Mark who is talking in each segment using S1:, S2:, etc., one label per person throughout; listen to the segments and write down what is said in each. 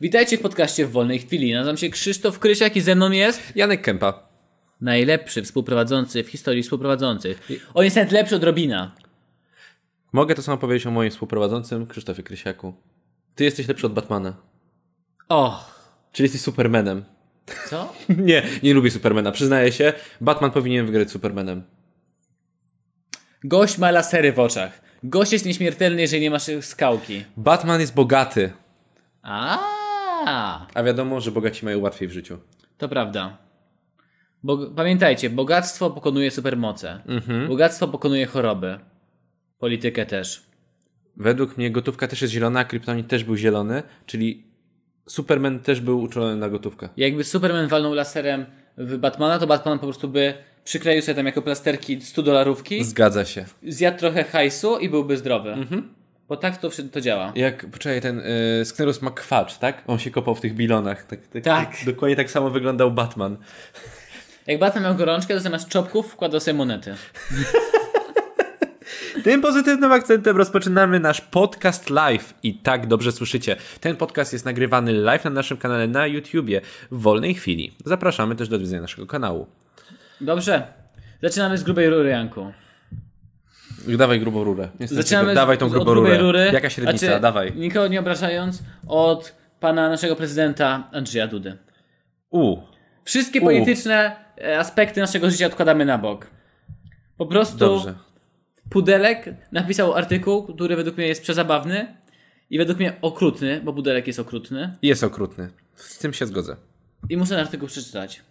S1: Witajcie w podcaście w wolnej chwili. Nazywam się Krzysztof Krysiak i ze mną jest
S2: Janek Kępa.
S1: najlepszy współprowadzący w historii współprowadzących. On jest nawet lepszy od Robina.
S2: Mogę to samo powiedzieć o moim współprowadzącym, Krzysztofie Krysiaku. Ty jesteś lepszy od Batmana.
S1: O,
S2: Czyli jesteś Supermanem.
S1: co?
S2: nie, nie lubię Supermana, przyznaję się. Batman powinien wygrać z Supermanem.
S1: Gość ma lasery w oczach. Gość jest nieśmiertelny, jeżeli nie masz skałki.
S2: Batman jest bogaty,
S1: A,
S2: a wiadomo, że bogaci mają łatwiej w życiu.
S1: to prawda. Bo, pamiętajcie, bogactwo pokonuje supermoce. Bogactwo pokonuje choroby. Politykę też.
S2: Według mnie gotówka też jest zielona, a kryptonit też był zielony, czyli Superman też był uczulony na gotówkę.
S1: Jakby Superman walnął laserem w Batmana, to Batman po prostu by przykleił sobie tam jako plasterki 100 dolarówki.
S2: Zgadza się.
S1: zjadł trochę hajsu i byłby zdrowy.
S2: Mhm.
S1: Bo tak to, wszy- to działa.
S2: Jak, poczekaj, ten y, Sknerus ma kwacz, tak? On się kopał w tych bilonach. Tak, tak,
S1: Tak.
S2: Dokładnie tak samo wyglądał Batman.
S1: Jak Batman miał gorączkę, to zamiast czopków wkładał sobie monety.
S2: Tym pozytywnym akcentem rozpoczynamy nasz podcast live i tak dobrze słyszycie. Ten podcast jest nagrywany live na naszym kanale na YouTubie w wolnej chwili. Zapraszamy też do odwiedzenia naszego kanału.
S1: Dobrze. Zaczynamy z grubej rury, Janku.
S2: Dawaj grubą rurę. Jestem
S1: Zaczynamy
S2: ciekaw.
S1: z,
S2: dawaj tą
S1: od
S2: grubą
S1: grubej
S2: rurę.
S1: rury.
S2: Jaka średnica,
S1: Znaczy,
S2: dawaj.
S1: Nikogo nie obrażając, od pana naszego prezydenta Andrzeja Dudy.
S2: U.
S1: Wszystkie polityczne e, aspekty naszego życia odkładamy na bok. Po prostu
S2: Dobrze.
S1: Pudelek napisał artykuł, który według mnie jest przezabawny i według mnie okrutny, bo Pudelek jest okrutny.
S2: Jest okrutny. Z tym się zgodzę.
S1: I muszę ten artykuł przeczytać.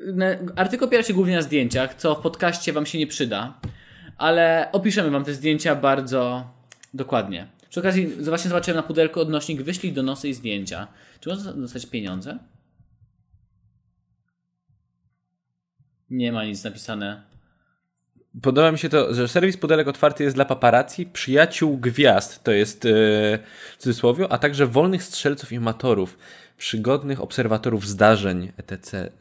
S1: Na- Artykuł opiera się głównie na zdjęciach, co w podcaście wam się nie przyda, ale opiszemy wam te zdjęcia bardzo dokładnie. Przy okazji z- właśnie zobaczyłem na pudelku odnośnik wyślij donosy i zdjęcia. Czy można dostać pieniądze? Nie ma nic napisane.
S2: Podoba mi się to, że serwis Pudelek Otwarty jest dla paparazzi, przyjaciół gwiazd, to jest yy, w cudzysłowie, a także wolnych strzelców i matorów, przygodnych obserwatorów zdarzeń, etc. etc.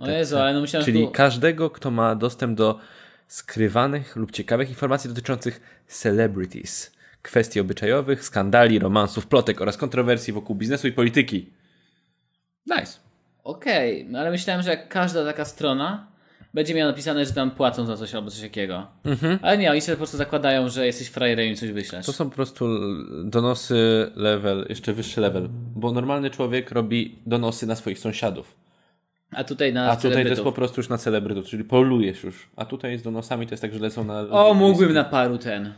S1: O Jezu, ale no myślałem, że
S2: Tak, Czyli
S1: tu-
S2: każdego, kto ma dostęp do skrywanych lub ciekawych informacji dotyczących celebrities, kwestii obyczajowych, skandali, romansów, plotek oraz kontrowersji wokół biznesu i polityki. Nice.
S1: Okej, no ale myślałem, że jak każda taka strona będzie miała napisane, że tam płacą za coś albo coś takiego. Ale nie, oni sobie po prostu zakładają, że jesteś frajerem i im coś wyślesz.
S2: Mhm. To są po prostu l- donosy level, jeszcze wyższy level. Bo normalny człowiek robi donosy na swoich sąsiadów.
S1: A tutaj na
S2: A tutaj to jest
S1: celebrytów.
S2: po prostu już na celebrytów, czyli polujesz już. A tutaj z donosami to jest tak, że lecą na...
S1: O, mógłbym na paru ten.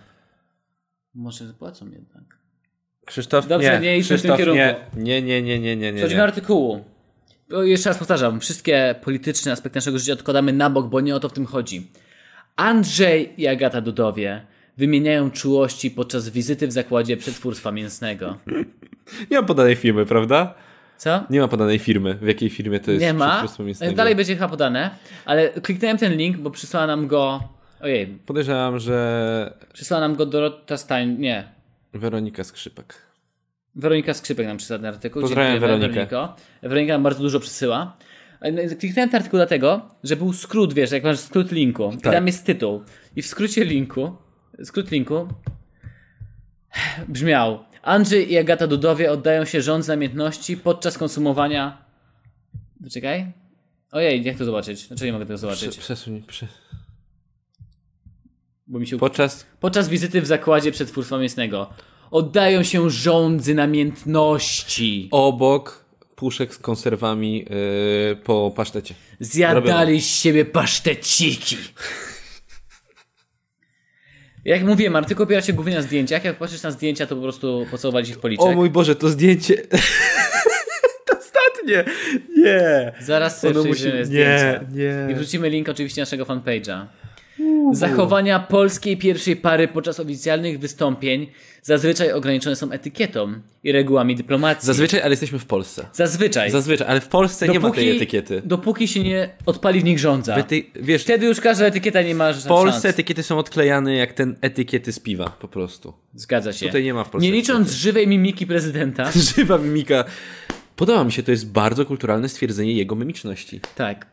S1: Może zapłacą jednak.
S2: Krzysztof,
S1: Dobrze,
S2: nie,
S1: nie idźmy w tym
S2: Krzysztof,
S1: kierunku.
S2: nie, nie, nie, nie, nie, nie, nie,
S1: Przejdźmy do
S2: nie.
S1: artykułu. O, Jeszcze raz powtarzam, wszystkie polityczne aspekty naszego życia odkładamy na bok, bo nie o to w tym chodzi. Andrzej i Agata Dudowie wymieniają czułości podczas wizyty w zakładzie przetwórstwa mięsnego.
S2: Nie ma podanej firmy, prawda?
S1: Co?
S2: Nie ma podanej firmy, w jakiej firmie to jest
S1: Nie ma. E,
S2: przetwórstwo mięsnego.
S1: Dalej będzie chyba podane, ale kliknąłem ten link, bo przysłała nam go. Ojej,
S2: Podejrzewam, że
S1: przysłała nam go Dorota Stein. Nie,
S2: Weronika Skrzypek.
S1: Weronika Skrzypek nam przysyła ten artykuł.
S2: Pozdrawiam
S1: Dziękujemy,
S2: Weronikę.
S1: Weroniko. Weronika nam bardzo dużo przysyła. No i Kliknąłem ten artykuł dlatego, że był skrót, wiesz, jak masz skrót linku i
S2: Tak.
S1: tam jest tytuł. I w skrócie linku, skrót linku brzmiał Andrzej i Agata Dudowie oddają się rząd namiętności podczas konsumowania... Czekaj. Ojej, jak to zobaczyć? Znaczy nie mogę tego
S2: Prze-
S1: zobaczyć,
S2: Przesuń, prze...
S1: bo mi się
S2: Podczas...
S1: Podczas wizyty w zakładzie przetwórstwa mięsnego oddają się żądzy namiętności.
S2: Obok puszek z konserwami yy, po pasztecie.
S1: Zjadali
S2: Robione.
S1: z siebie paszteciki. Jak mówiłem, artykuł opiera się głównie na zdjęciach. Jak patrzysz na zdjęcia, to po prostu pocałowali się w policzek.
S2: O mój Boże, to zdjęcie. to ostatnie! Nie!
S1: Zaraz sobie
S2: Ono
S1: przyjrzymy
S2: musi-
S1: zdjęcia.
S2: nie, nie.
S1: I wrzucimy link oczywiście naszego fanpage'a. Zachowania polskiej pierwszej pary podczas oficjalnych wystąpień zazwyczaj ograniczone są etykietą i regułami dyplomacji.
S2: Zazwyczaj, ale jesteśmy w Polsce.
S1: Zazwyczaj.
S2: Zazwyczaj, ale w Polsce nie ma tej etykiety.
S1: Dopóki się nie odpali w nich rządza.
S2: Wy Ty, wiesz,
S1: Wtedy już każda etykieta nie ma
S2: w Polsce
S1: szans.
S2: etykiety są odklejane jak ten etykiety z piwa, po prostu.
S1: Zgadza się.
S2: Tutaj nie ma w Polsce
S1: Nie licząc żywej mimiki prezydenta.
S2: Żywa mimika. Podoba mi się, to jest bardzo kulturalne stwierdzenie jego mimiczności.
S1: tak.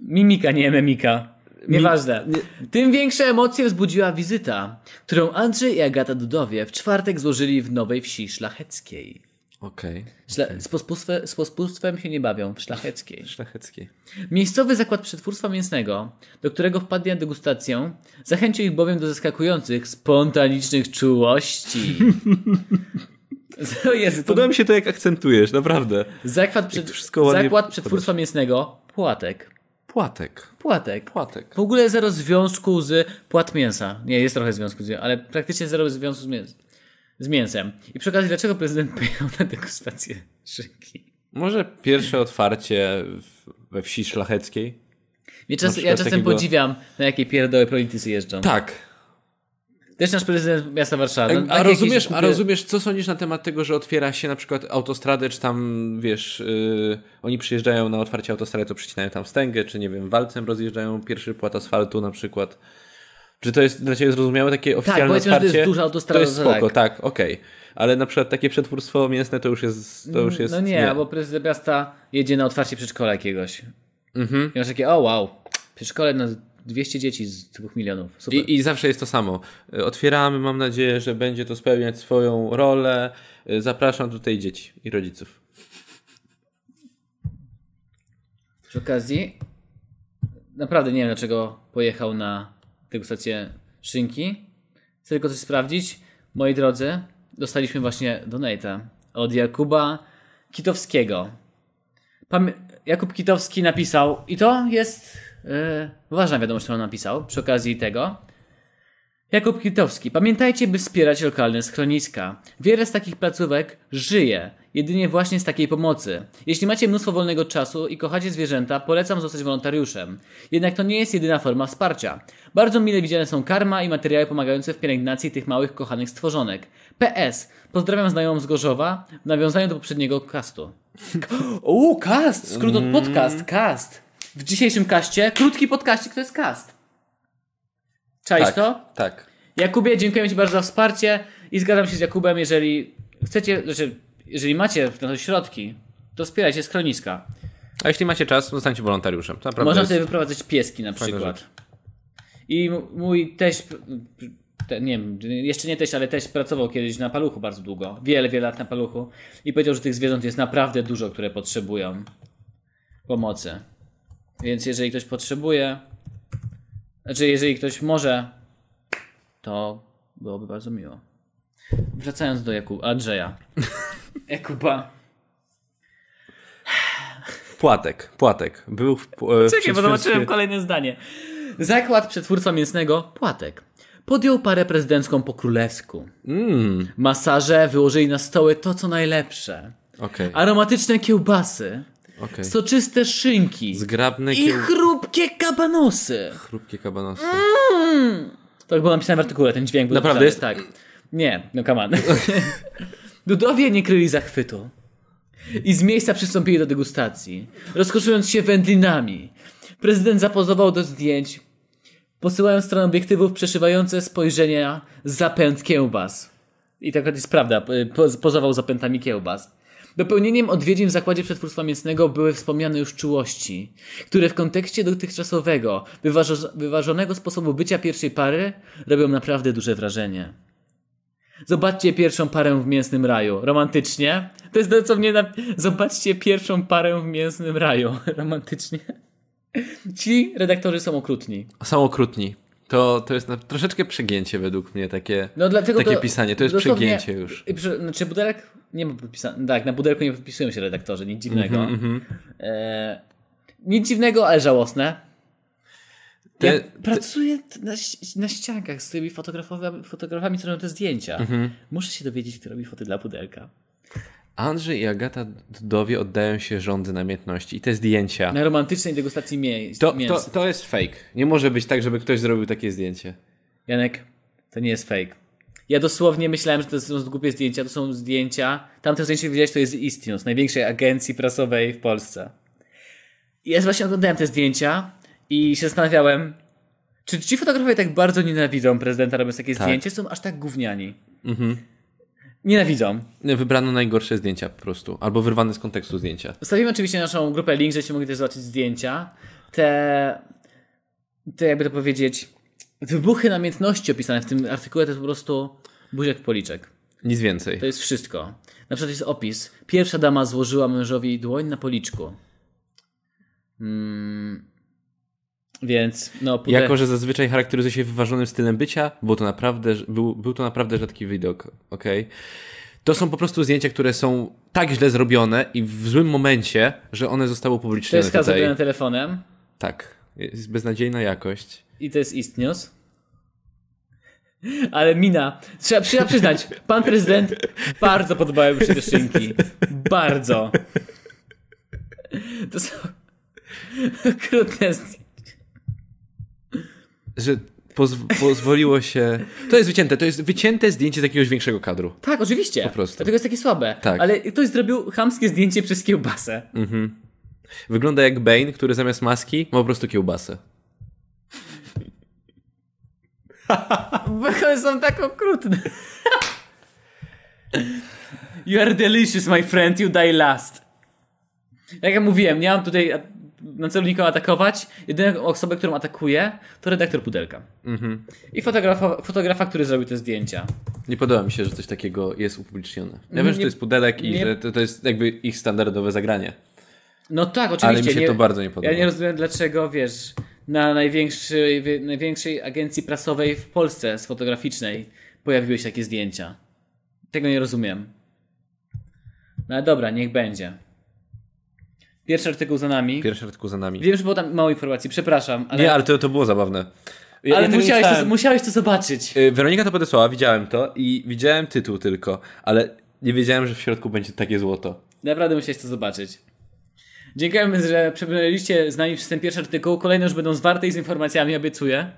S1: Mimika, nie memika. Nieważne. Tym większe emocje wzbudziła wizyta, którą Andrzej i Agata Dudowie w czwartek złożyli w Nowej Wsi Szlacheckiej.
S2: Okej.
S1: Szla- z, pospólstwem, z pospólstwem się nie bawią w szlacheckiej.
S2: Szlacheckiej.
S1: Miejscowy zakład przetwórstwa mięsnego, do którego wpadli na degustację, zachęcił ich bowiem do zaskakujących, spontanicznych czułości. Co jest? To
S2: Podoba mi się to, jak akcentujesz, naprawdę.
S1: zakład, przed...
S2: to wszystko ładnie
S1: zakład przetwórstwa mięsnego, płatek.
S2: Płatek.
S1: Płatek.
S2: Płatek.
S1: W ogóle zero związku z płat mięsa. Nie, jest trochę związku, z, ale praktycznie zero związku z, mięs z mięsem. I przy okazji, dlaczego prezydent pojechał na degustację szynki?
S2: Może pierwsze otwarcie w, we wsi szlacheckiej?
S1: Ja, czas,
S2: Na
S1: ja
S2: przykład
S1: czasem
S2: takiego-
S1: podziwiam, na jakie pierdoły politycy jeżdżą.
S2: Tak.
S1: Też nasz prezydent miasta Warszawy. No, tak
S2: A
S1: jak
S2: rozumiesz,
S1: jeździ
S2: a
S1: kupy-
S2: rozumiesz, co sądzisz na temat tego, że otwiera się na przykład autostradę, czy tam, wiesz, yy, oni przyjeżdżają na otwarcie autostrady, to przycinają tam wstęgę, czy nie wiem, walcem rozjeżdżają pierwszy płat asfaltu na przykład. Czy to jest dla Ciebie zrozumiałe takie oficjalne
S1: powiedzmy, że to
S2: otwarcie?
S1: Tak, jest duża autostrada,
S2: To jest
S1: to
S2: spoko,
S1: tak.
S2: tak, okej. Ale na przykład takie przetwórstwo mięsne to już jest, to już jest...
S1: No nie, bo prezydent miasta jedzie na otwarcie przedszkola jakiegoś. Mhm. I masz takie, o wow, przedszkole na 200 dzieci z 2 milionów. Super.
S2: I, I zawsze jest to samo. Y, Otwieramy, mam nadzieję, że będzie to spełniać swoją rolę. Y, Zapraszam tutaj dzieci i rodziców.
S1: Przy okazji, naprawdę nie wiem dlaczego pojechał na degustację szynki. Chcę tylko coś sprawdzić. Moi drodzy, dostaliśmy właśnie donate'a od Jakuba Kitowskiego. Pamię- Jakub Kitowski napisał, i to jest yy, ważna wiadomość, którą napisał przy okazji tego. Jakub Kitowski, pamiętajcie, by wspierać lokalne schroniska. Wiele z takich placówek żyje, jedynie właśnie z takiej pomocy. Jeśli macie mnóstwo wolnego czasu i kochacie zwierzęta, polecam zostać wolontariuszem. Jednak to nie jest jedyna forma wsparcia. Bardzo mile widziane są karma i materiały pomagające w pielęgnacji tych małych, kochanych stworzonek. PS. Pozdrawiam znajomą z Gorzowa w nawiązaniu do poprzedniego castu. O, cast! Skrót od podcast, cast. W dzisiejszym kaście, krótki podcaście, to jest cast. Czaisz
S2: tak,
S1: to?
S2: Tak.
S1: Jakubie, dziękujemy Ci bardzo za wsparcie i zgadzam się z Jakubem, jeżeli chcecie, znaczy, jeżeli macie na to środki, to wspierajcie schroniska.
S2: A jeśli macie czas, zostańcie wolontariuszem. To naprawdę
S1: Można
S2: jest...
S1: sobie wyprowadzać pieski na przykład. I m- mój teść, te, nie wiem, jeszcze nie teść, ale teść pracował kiedyś na paluchu bardzo długo, wiele, wiele lat na paluchu i powiedział, że tych zwierząt jest naprawdę dużo, które potrzebują pomocy. Więc jeżeli ktoś potrzebuje, znaczy jeżeli ktoś może, to byłoby bardzo miło. Wracając do Jaku, Andrzeja. Jakuba.
S2: Płatek, płatek. Był w... e,
S1: Czekaj, bo
S2: przedświątcie-
S1: zobaczyłem kolejne zdanie. Zakład przetwórstwa mięsnego Płatek podjął parę prezydencką po królewsku.
S2: Mm,
S1: Masaże wyłożyli na stoły to, co najlepsze.
S2: okej,
S1: Aromatyczne kiełbasy,
S2: okej.
S1: soczyste szynki
S2: Zgrabne
S1: i
S2: kieł...
S1: chrupkie kabanosy.
S2: chrupkie kabanosy.
S1: To było napisane w artykule, ten dźwięk był
S2: Naprawdę
S1: napisany, Tak. Nie, no come on. Dudowie nie kryli zachwytu. I z miejsca przystąpili do degustacji, rozkoszując się wędlinami. Prezydent zapozował do zdjęć, posyłając stronę obiektywów przeszywające spojrzenia z zapęd kiełbas. I tak jest prawda, y, po- pozował zapętami kiełbas. Dopełnieniem odwiedzin w zakładzie przetwórstwa mięsnego były wspomniane już czułości, które w kontekście dotychczasowego, wyważo- wyważonego sposobu bycia pierwszej pary robią naprawdę duże wrażenie. Zobaczcie pierwszą parę w mięsnym raju. Romantycznie? To jest to, co mnie. Na... Zobaczcie pierwszą parę w mięsnym raju. Romantycznie? Ci redaktorzy są okrutni.
S2: Są okrutni. To, to jest na... troszeczkę przegięcie według mnie takie...
S1: No dlatego
S2: Takie
S1: to,
S2: pisanie, to jest
S1: dosłownie-
S2: przegięcie już.
S1: I przy- Znaczy budelek nie ma podpisane. Tak, na budelku nie podpisują się redaktorzy, nic dziwnego.
S2: Mhm,
S1: E, nic dziwnego, ale żałosne.
S2: Te-
S1: ja
S2: te-
S1: pracuję na, ś- na ściankach z tymi fotografami, fotografami, co robią te zdjęcia.
S2: Mhm.
S1: Muszę się dowiedzieć, kto robi foty dla budelka.
S2: Andrzej i Agata Dudowie oddają się rządy namiętności i te zdjęcia.
S1: Na romantycznej degustacji mięs.
S2: To, to,
S1: mięs.
S2: to jest fake. Nie może być tak, żeby ktoś zrobił takie zdjęcie.
S1: Janek, to nie jest fake. Ja dosłownie myślałem, że to są głupie zdjęcia. To są zdjęcia. Tamte zdjęcie które widziałeś, to jest z Istinus, największej agencji prasowej w Polsce. I ja właśnie oglądałem te zdjęcia i się zastanawiałem, czy ci fotografowie tak bardzo nienawidzą prezydenta, robiąc takie
S2: Tak.
S1: zdjęcia, są aż tak gówniani. Nienawidzą.
S2: Wybrano najgorsze zdjęcia po prostu, albo wyrwane z kontekstu zdjęcia.
S1: Zostawimy oczywiście naszą grupę link, żebyście mogli też zobaczyć zdjęcia. Te, te jakby to powiedzieć, wybuchy namiętności opisane w tym artykule to jest po prostu buziak w policzek.
S2: Nic więcej.
S1: To jest wszystko. Na przykład jest opis. Pierwsza dama złożyła mężowi dłoń na policzku. Mm. Więc, no, pude...
S2: Jako, że zazwyczaj charakteryzuje się wyważonym stylem bycia, było to naprawdę, był, był to naprawdę rzadki widok, okej? To są po prostu zdjęcia, które są tak źle zrobione i w złym momencie, że one zostały
S1: to
S2: upublicznione
S1: jest kaza
S2: tutaj.
S1: zrobiona telefonem
S2: Tak, jest beznadziejna jakość.
S1: i to jest istnios. Ale mina, trzeba, trzeba przyznać, pan prezydent bardzo podobały mu się te szynki. Bardzo. To są okrutne zdjęcia.
S2: Że pozw- pozwoliło się... To jest wycięte, to jest wycięte zdjęcie z jakiegoś większego kadru.
S1: Tak, oczywiście. Po
S2: prostu.
S1: Dlatego jest takie słabe.
S2: Tak.
S1: Ale ktoś zrobił chamskie zdjęcie przez kiełbasę.
S2: Wygląda jak Bane, który zamiast maski ma po prostu kiełbasę.
S1: Bo one są tak okrutne. You are delicious, my friend, you die last. Jak ja mówiłem, nie mam tutaj a- na celu nikogo atakować. Jedyną osobę, którą atakuję, to redaktor Pudelka.
S2: Mhm.
S1: I fotografa, fotografa, który zrobił te zdjęcia.
S2: Nie podoba mi się, że coś takiego jest upublicznione. Ja wiem,
S1: Nie-
S2: że to jest pudelek i
S1: nie-
S2: że to, to jest jakby ich standardowe zagranie.
S1: No tak, oczywiście.
S2: Ale mi się
S1: nie,
S2: to bardzo nie podoba.
S1: Ja nie rozumiem, dlaczego, wiesz, na największej, wy- największej agencji prasowej w Polsce z fotograficznej pojawiły się takie zdjęcia. Tego nie rozumiem. No ale dobra, niech będzie. Pierwszy artykuł za nami.
S2: Pierwszy artykuł za nami.
S1: Wiem, że było tam mało informacji, przepraszam, ale,
S2: Nie, ale to, to było zabawne. Ja,
S1: ale
S2: ja tego nie
S1: musiałeś, to,
S2: czytałem.
S1: musiałeś to zobaczyć.
S2: Y, Weronika to podesłała, widziałem to i widziałem tytuł tylko, ale nie wiedziałem, że w środku będzie takie złoto.
S1: Naprawdę musiałeś to zobaczyć. Dziękujemy, że przebraliście z nami przez ten pierwszy artykuł. Kolejne już będą zwarte i z informacjami, obiecuję.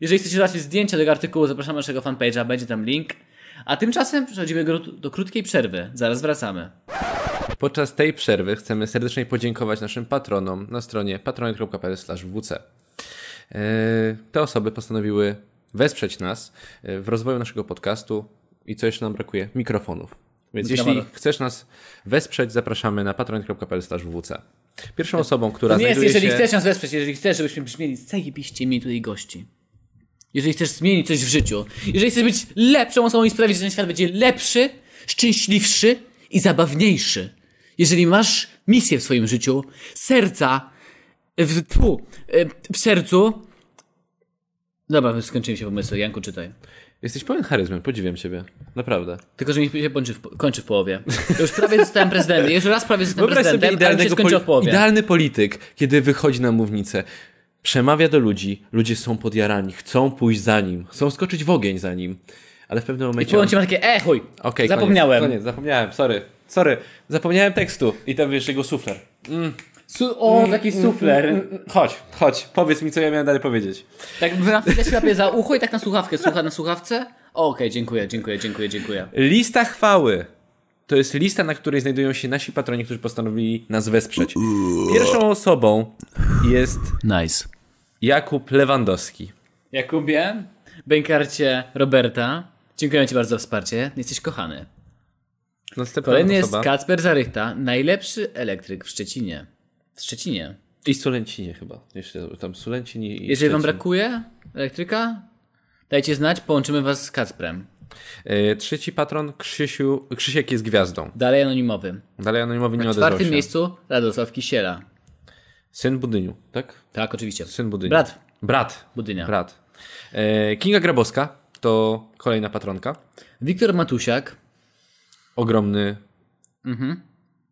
S1: Jeżeli chcecie zobaczyć zdjęcia tego artykułu, zapraszamy na naszego fanpage'a, będzie tam link. A tymczasem przechodzimy gru- do krótkiej przerwy. Zaraz wracamy.
S2: Podczas tej przerwy chcemy serdecznie podziękować naszym patronom na stronie patronek.pl/wc. Yy, Te osoby postanowiły wesprzeć nas yy, w rozwoju naszego podcastu i co jeszcze nam brakuje? Mikrofonów. Więc jeśli
S1: Mikrofonów.
S2: chcesz nas wesprzeć, zapraszamy na patronek.pl/wc. Pierwszą osobą, która
S1: To nie jest,
S2: znajduje
S1: jeżeli
S2: się...
S1: chcesz nas wesprzeć, jeżeli chcesz, żebyśmy brzmieli zajebiście mi tutaj gości. Jeżeli chcesz zmienić coś w życiu, jeżeli chcesz być lepszą osobą i sprawić, że ten świat będzie lepszy, szczęśliwszy i zabawniejszy. Jeżeli masz misję w swoim życiu, serca, w, tfu, e, w sercu. Dobra, skończyłem się pomysły. Janku, czytaj.
S2: Jesteś pełen charyzmy, podziwiam ciebie. Naprawdę.
S1: Tylko, że mi się kończy w, po- kończy w połowie. Ja już prawie zostałem prezydentem. Jeszcze raz prawie zostałem
S2: Wyobraź sobie
S1: prezydentem, ale mi się
S2: idealnego
S1: skończyło w
S2: poli-
S1: połowie.
S2: idealny polityk, kiedy wychodzi na mównicę, przemawia do ludzi, ludzie są podjarani, chcą pójść za nim, chcą skoczyć w ogień za nim, ale w pewnym
S1: I
S2: momencie...
S1: powiem ci, mam takie, e, chuj,
S2: Okej,
S1: zapomniałem.
S2: Koniec, koniec, zapomniałem, sorry. Sorry, zapomniałem tekstu i tam wiesz jego sufler.
S1: Su- o, taki sufler.
S2: Mm, mm, Chodź, chodź, powiedz mi, co ja miałem dalej powiedzieć.
S1: Tak na chwilę się łapie za ucho i tak na słuchawkę. Słucha na słuchawce? O, Okej, dziękuję, dziękuję, dziękuję, dziękuję.
S2: Lista chwały. To jest lista, na której znajdują się nasi patroni, którzy postanowili nas wesprzeć. Pierwszą osobą jest
S1: Nice.
S2: Jakub Lewandowski.
S1: Jakubie, bękarcie Roberta, dziękuję ci bardzo za wsparcie. Jesteś kochany.
S2: Następna
S1: Kolejny jest
S2: osoba.
S1: Kacper Zarychta, najlepszy elektryk w Szczecinie. W Szczecinie.
S2: I Sulęcinie chyba. Jeszcze tam Sulęcinie i
S1: Jeżeli wam
S2: Szczecin.
S1: brakuje elektryka, dajcie znać, połączymy was z Kacprem.
S2: E, trzeci patron Krzysiu... Krzysiek jest gwiazdą.
S1: Dalej anonimowy.
S2: Dalej anonimowy nie
S1: W
S2: odezwał
S1: czwartym
S2: się.
S1: miejscu Radosław Kisiela.
S2: Syn Budyniu, tak?
S1: Tak, oczywiście.
S2: Syn Budyniu.
S1: Brat
S2: Brat.
S1: Budynia.
S2: Brat. E, Kinga Grabowska to kolejna patronka.
S1: Wiktor Matusiak.
S2: Ogromny...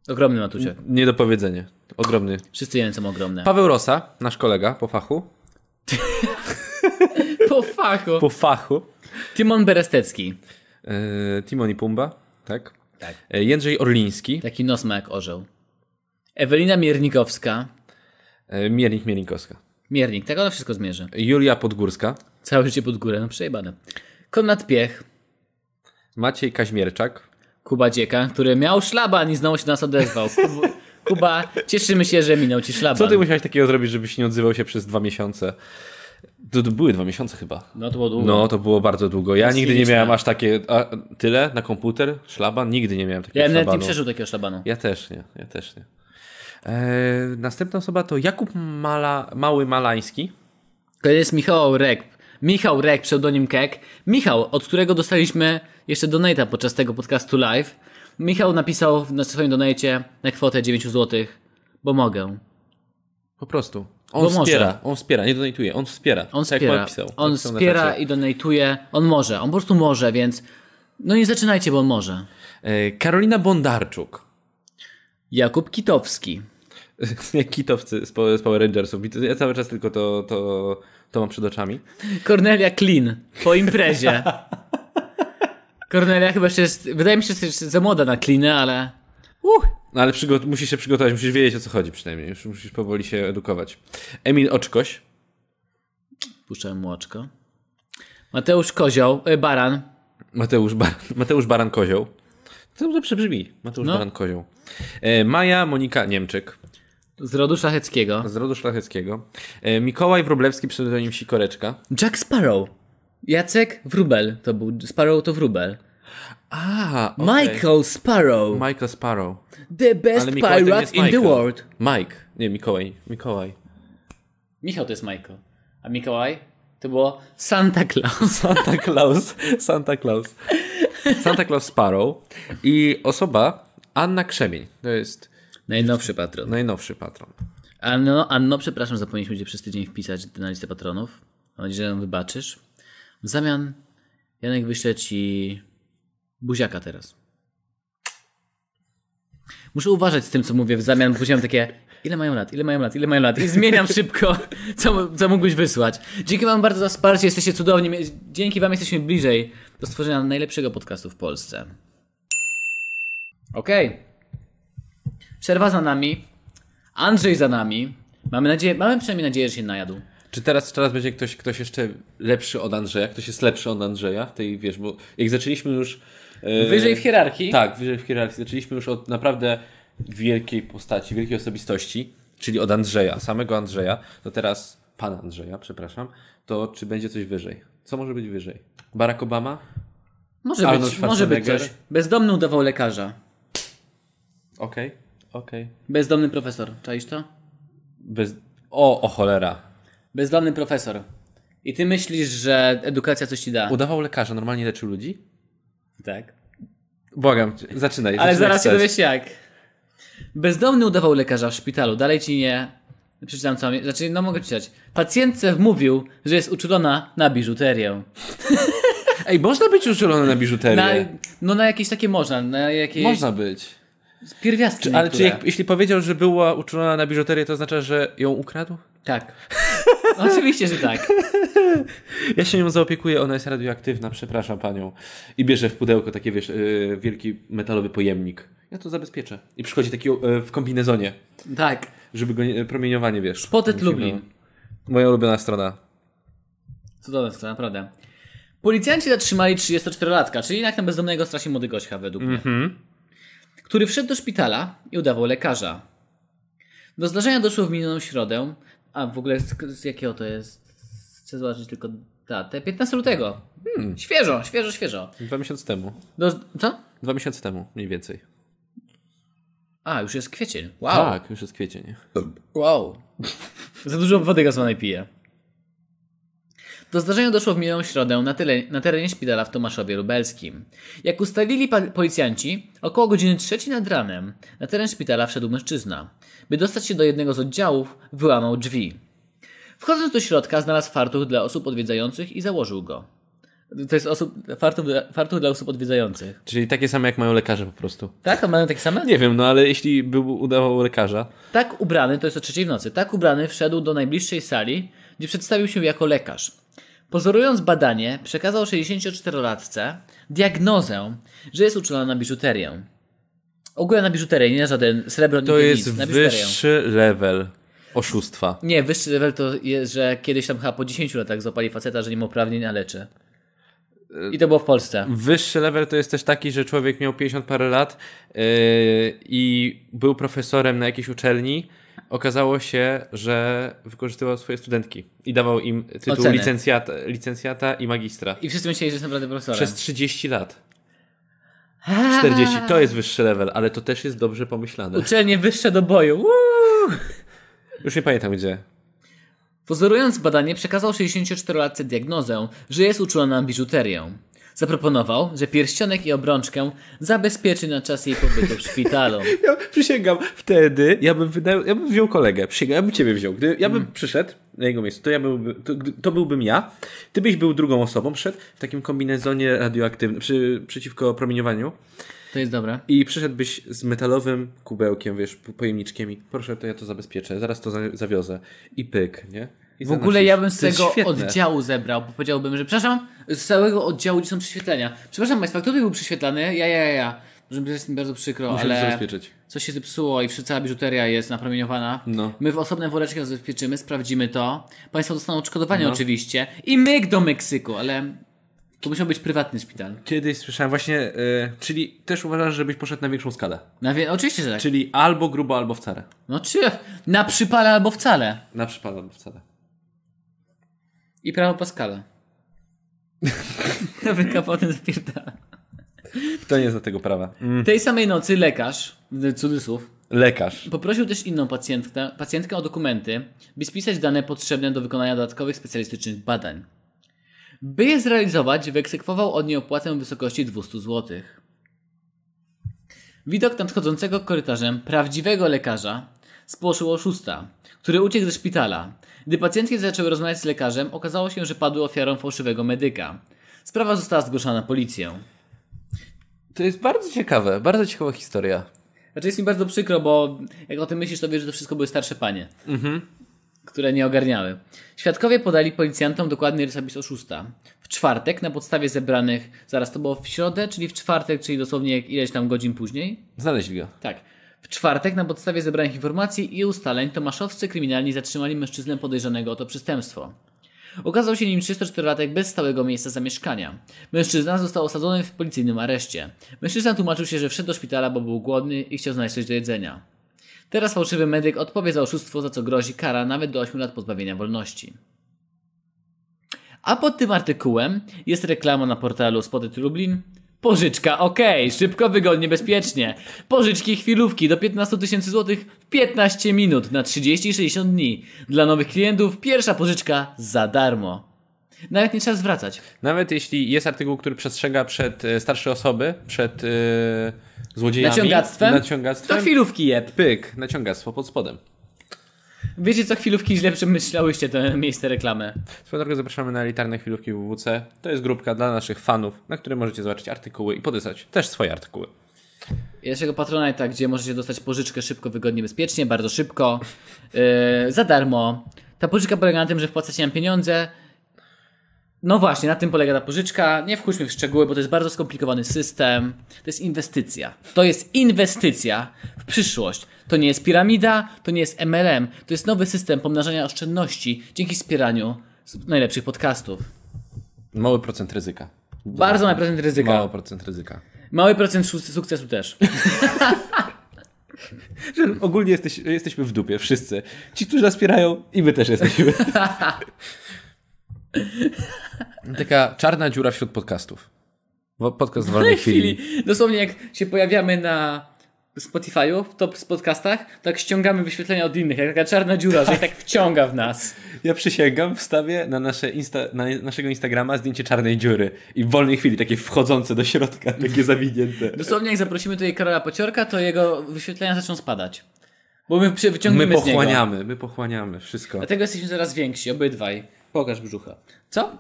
S1: Ogromny Matusiak.
S2: Niedopowiedzenie. Ogromny.
S1: Wszyscy wiemy, co ma ogromne.
S2: Paweł Rosa, nasz kolega po fachu.
S1: Po fachu.
S2: Po fachu.
S1: Tymon Berestecki.
S2: E, Timon i Pumba, tak?
S1: Tak.
S2: E, Jędrzej Orliński.
S1: Taki nos ma jak orzeł. Ewelina Miernikowska.
S2: E, Miernik Mielinkowska.
S1: Miernik, tak ona wszystko zmierzy.
S2: Julia Podgórska.
S1: Całe życie pod górę, no przejebane. Konrad Piech.
S2: Maciej Kaźmierczak.
S1: Kuba Dzieka, który miał szlaban i znowu się do nas odezwał. Kubu, Kuba, cieszymy się, że minął ci szlaban.
S2: Co ty musiałeś takiego zrobić, żebyś nie odzywał się przez dwa miesiące? To, to były dwa miesiące chyba.
S1: No to było długo.
S2: No, to było bardzo długo. Ja nigdy nie
S1: cyniczne.
S2: miałem aż takie... A, tyle na komputer? Szlaban? Nigdy nie miałem takiego
S1: ja bym nawet nie
S2: szlabanu.
S1: przeżył takiego szlabanu.
S2: Ja też nie, ja też nie. Eee, następna osoba to Jakub Mala, Mały Malański.
S1: To jest Michał Rek, Michał Rek, pseudonim Kek. Michał, od którego dostaliśmy jeszcze donata podczas tego podcastu live. Michał napisał na swoim donacie na kwotę 9 zł, bo mogę.
S2: Po prostu.
S1: Bo
S2: On
S1: może.
S2: wspiera, on wspiera, nie donatuje, on wspiera.
S1: On
S2: tak
S1: wspiera,
S2: Jak napisał,
S1: on
S2: napisał na
S1: wspiera
S2: czacie.
S1: i donatuje. On może, on po prostu może, więc no nie zaczynajcie, bo on może.
S2: E, Karolina Bondarczuk.
S1: Jakub Kitowski.
S2: Jak kitowcy z Po- z Power Rangersów. I to- Ja cały czas tylko to, to, to mam przed oczami.
S1: Kornelia Klin po imprezie. Kornelia chyba jeszcze jest, wydaje mi się, że jest za młoda na Klinę, ale uh,
S2: No ale przygo- musisz się przygotować, musisz wiedzieć o co chodzi przynajmniej. Już musisz powoli się edukować. Emil Oczkoś.
S1: puszczałem młoczko. Mateusz Kozioł, e, Baran.
S2: Mateusz, Bar- Mateusz Baran Kozioł. To dobrze brzmi. Mateusz
S1: No.
S2: Baran Kozioł. E, Maja Monika Niemczyk
S1: Z rodu szlacheckiego.
S2: z rodu szlacheckiego. E, Mikołaj Wróblewski pseudonim Sikoreczka.
S1: Jack Sparrow. Jacek Wróbel to był. Sparrow to Wróbel.
S2: A, okej.
S1: Michael Sparrow.
S2: Michael Sparrow.
S1: the best
S2: Ale Mikołaj to nie
S1: pirate
S2: jest
S1: in the
S2: Michael.
S1: world.
S2: Mike. Nie, Mikołaj. Mikołaj.
S1: Michał to jest Michael. A Mikołaj to było Santa Claus.
S2: Santa Claus. Santa Claus. Santa Claus Sparrow. I osoba Anna Krzemień. To jest
S1: Najnowszy patron.
S2: najnowszy patron.
S1: Anno, Anno, no, przepraszam, zapomnieliśmy Cię przez tydzień wpisać na listę patronów. Mam nadzieję, że nam wybaczysz. W zamian Janek wyśle Ci buziaka teraz. Muszę uważać z tym, co mówię w zamian, bo później mam takie ile mają lat, ile mają lat, ile mają lat i zmieniam szybko, co, co mógłbyś wysłać. Dzięki Wam bardzo za wsparcie, jesteście cudowni. Mie- Dzięki Wam jesteśmy bliżej do stworzenia najlepszego podcastu w Polsce. Okej. Przerwa za nami. Andrzej za nami. Mamy nadzieję, mamy przynajmniej nadzieję, że się najadł.
S2: Czy teraz, teraz będzie ktoś, ktoś jeszcze lepszy od Andrzeja? Ktoś jest lepszy od Andrzeja? W Tej, wiesz, bo jak zaczęliśmy już... e,
S1: Wyżej w hierarchii.
S2: Tak, wyżej w hierarchii. Zaczęliśmy już od naprawdę wielkiej postaci, wielkiej osobistości, czyli od Andrzeja, samego Andrzeja. To teraz pan Andrzeja, przepraszam. To czy będzie coś wyżej? Co może być wyżej? Barack Obama?
S1: Może
S2: Arnold
S1: być, może być
S2: Schwarzenegger.
S1: coś. Bezdomny udawał lekarza.
S2: Okej, okej.
S1: Bezdomny profesor. Czaisz to?
S2: Bez... O, o cholera.
S1: Bezdomny profesor. I ty myślisz, że edukacja coś ci da.
S2: Udawał lekarza, normalnie leczył ludzi?
S1: tak.
S2: Błagam cię, zaczynaj.
S1: Ale
S2: zaczynaj
S1: zaraz się
S2: chcesz.
S1: dowiesz jak. Bezdomny udawał lekarza w szpitalu. Dalej ci nie... Przeczytam co mam... Znaczy, no mogę czytać. Pacjentce wmówił, że jest uczulona na biżuterię.
S2: Ej, można być uczulony na biżuterię.
S1: Na, no na jakieś takie można. Na jakieś...
S2: Można być.
S1: Pierwiastki
S2: Czy, ale czy
S1: niektóre.
S2: jak, jeśli powiedział, że była uczulona na biżuterię, to oznacza, że ją ukradł?
S1: Tak. Oczywiście, że tak.
S2: Ja się nią zaopiekuję, ona jest radioaktywna, przepraszam panią. I bierze w pudełko takie, wiesz, yy, wielki metalowy pojemnik. Ja to zabezpieczę. I przychodzi taki yy, w kombinezonie,
S1: Tak.
S2: żeby go nie, e, promieniowanie, wiesz.
S1: Potet
S2: nie sięgało.
S1: Lublin.
S2: Moja ulubiona strona.
S1: Cudowne to naprawdę. Policjanci zatrzymali 34-latka, czyli jednak na bezdomnego strasznie młody gościa według mnie, który wszedł do szpitala i udawał lekarza. Do zdarzenia doszło w minioną środę, a w ogóle z, z jakiego to jest? Chcę zobaczyć tylko datę. 15 lutego. Świeżo, świeżo, świeżo.
S2: Dwa miesiące temu.
S1: Do, co?
S2: Dwa miesiące temu, mniej więcej.
S1: A, już jest kwiecień. Wow.
S2: Tak, już jest kwiecień.
S1: Wow. Za dużo wody gazowanej piję. Do zdarzenia doszło w minioną środę na, tyle, na terenie szpitala w Tomaszowie Lubelskim. Jak ustalili pa- policjanci, około godziny trzeciej nad ranem na teren szpitala wszedł mężczyzna. By dostać się do jednego z oddziałów, wyłamał drzwi. Wchodząc do środka, znalazł fartuch dla osób odwiedzających i założył go. To jest osób, fartuch, dla- fartuch dla osób odwiedzających.
S2: Czyli takie same, jak mają lekarze po prostu.
S1: Tak? A mają takie same?
S2: Nie wiem, no ale jeśli był udawał lekarza,
S1: Tak ubrany, to jest o trzeciej w nocy, tak ubrany wszedł do najbliższej sali, gdzie przedstawił się jako lekarz. Pozorując badanie, przekazał 64-latce diagnozę, że jest uczulona na biżuterię. Ogólnie na biżuterię, nie na żaden srebro,
S2: to
S1: nigdy
S2: jest
S1: nic, na biżuterię.
S2: wyższy level oszustwa.
S1: Nie, wyższy level to jest, że kiedyś tam chyba po 10 latach złapali faceta, że nie ma uprawnień, a leczy. I to było w Polsce.
S2: Wyższy level to jest też taki, że człowiek miał 50 parę lat yy, i był profesorem na jakiejś uczelni. Okazało się, że wykorzystywał swoje studentki i dawał im tytuł
S1: Oceny.
S2: licencjata, licencjata i magistra.
S1: I wszyscy myśleli, że jest naprawdę profesorem.
S2: Przez 30 lat. 40. To jest wyższy level, ale to też jest dobrze pomyślane.
S1: Uczelnie wyższe do boju. Uuu!
S2: Już nie pamiętam gdzie.
S1: W Pozorując badanie, przekazał 64-latce diagnozę, że jest uczulona na biżuterię. Zaproponował, że pierścionek i obrączkę zabezpieczy na czas jej pobytu w szpitalu.
S2: Ja przysięgam, wtedy ja bym wydał, ja bym wziął kolegę, przysięgam, ja bym ciebie wziął. Gdy ja bym
S1: Mhm.
S2: przyszedł na jego miejsce, to ja byłby, to, gdy- to byłbym ja, ty byś był drugą osobą, szedł w takim kombinezonie radioaktywnym, przy, przeciwko promieniowaniu
S1: To jest dobre.
S2: i przyszedłbyś z metalowym kubełkiem, wiesz, po- pojemniczkiem i proszę, to ja to zabezpieczę, zaraz to za, zawiozę i pyk, nie? I
S1: W ogóle ja bym z
S2: To jest
S1: tego
S2: świetne.
S1: oddziału zebrał, bo powiedziałbym, że przepraszam, z całego oddziału, gdzie są prześwietlenia. Przepraszam Państwa, kto tu był prześwietlany? Ja, ja, ja, ja. Może mi jest mi bardzo przykro,
S2: Musimy to
S1: ale
S2: zabezpieczyć.
S1: coś się zepsuło i wszy- cała biżuteria jest napromieniowana.
S2: No.
S1: My w osobnym woreczku zabezpieczymy, sprawdzimy to. Państwo dostaną odszkodowanie oczywiście i myk do Meksyku, ale to musiał być prywatny szpital.
S2: Kiedyś słyszałem właśnie, y, czyli też uważasz, żebyś poszedł na większą skalę.
S1: Na wie- oczywiście, że tak.
S2: Czyli albo grubo, albo wcale.
S1: No czy na przypale albo wcale.
S2: Na przypad albo wcale.
S1: I prawo Pascala. Wyka potem zapierdala.
S2: Kto nie zna tego prawa? Mm.
S1: Tej samej nocy lekarz, w cudzysłów,
S2: Lekarz.
S1: poprosił też inną pacjentkę, pacjentkę o dokumenty, by spisać dane potrzebne do wykonania dodatkowych specjalistycznych badań. By je zrealizować, wyegzekwował od niej opłatę w wysokości 200 zł. Widok nadchodzącego korytarzem prawdziwego lekarza spłoszył oszusta, który uciekł ze szpitala. Gdy pacjentki zaczęły rozmawiać z lekarzem, okazało się, że padły ofiarą fałszywego medyka. Sprawa została zgłoszona na policję.
S2: To jest bardzo ciekawe, bardzo ciekawa historia.
S1: Znaczy jest mi bardzo przykro, bo jak o tym myślisz, to wiesz, że to wszystko były starsze panie, które nie ogarniały. Świadkowie podali policjantom dokładny rysopis oszusta. W czwartek na podstawie zebranych, zaraz to było w środę, czyli w czwartek, czyli dosłownie ileś tam godzin później,
S2: Znaleźli go.
S1: tak. W czwartek na podstawie zebranych informacji i ustaleń tomaszowscy kryminalni zatrzymali mężczyznę podejrzanego o to przestępstwo. Okazał się nim 34-latek bez stałego miejsca zamieszkania. Mężczyzna został osadzony w policyjnym areszcie. Mężczyzna tłumaczył się, że wszedł do szpitala, bo był głodny i chciał znaleźć coś do jedzenia. Teraz fałszywy medyk odpowie za oszustwo, za co grozi kara nawet do 8 lat pozbawienia wolności. A pod tym artykułem jest reklama na portalu Spotted Lublin. Pożyczka ok, szybko, wygodnie, bezpiecznie. Pożyczki chwilówki do 15 tysięcy złotych w 15 minut na 30-60 dni. Dla nowych klientów pierwsza pożyczka za darmo. Nawet nie trzeba zwracać.
S2: Nawet jeśli jest artykuł, który przestrzega przed e, starsze osoby, przed e, złodziejami.
S1: Naciągactwem?
S2: Naciągactwem.
S1: To chwilówki jeb.
S2: Pyk, naciągactwo pod spodem.
S1: Wiecie co, chwilówki źle przemyślałyście to miejsce reklamy.
S2: Swoją drogą zapraszamy na elitarne chwilówki WWC. To jest grupka dla naszych fanów, na której możecie zobaczyć artykuły i podysać też swoje artykuły.
S1: Naszego Patronite'a, gdzie możecie dostać pożyczkę szybko, wygodnie, bezpiecznie, bardzo szybko, yy, za darmo. Ta pożyczka polega na tym, że wpłacacie nam pieniądze. No właśnie, na tym polega ta pożyczka. Nie wchodźmy w szczegóły, bo to jest bardzo skomplikowany system. To jest inwestycja. To jest inwestycja w przyszłość. To nie jest piramida, to nie jest MLM. To jest nowy system pomnażania oszczędności dzięki wspieraniu z- najlepszych podcastów.
S2: Mały procent ryzyka.
S1: Bardzo mały procent ryzyka.
S2: Mały procent ryzyka.
S1: Mały procent su- sukcesu też.
S2: Że ogólnie jesteś, jesteśmy w dupie, wszyscy. Ci, którzy nas wspierają, i my też jesteśmy. Taka czarna dziura wśród podcastów. Wo- Podcast w wolnej
S1: tej
S2: chwili.
S1: chwili. Dosłownie jak się pojawiamy na Spotify'u, w top z podcastach, tak ściągamy wyświetlenia od innych, jak taka czarna dziura, że ich tak wciąga w nas.
S2: Ja przysięgam, wstawię na, nasze insta, na naszego Instagrama zdjęcie czarnej dziury i w wolnej chwili, takie wchodzące do środka, takie zawinięte.
S1: Dosłownie jak zaprosimy tutaj Karola Pociorka, to jego wyświetlenia zaczną spadać. Bo my przy-
S2: My
S1: wyciągniemy z niego.
S2: pochłaniamy, my pochłaniamy wszystko.
S1: Dlatego jesteśmy coraz więksi, obydwaj. Pokaż brzucha. Co?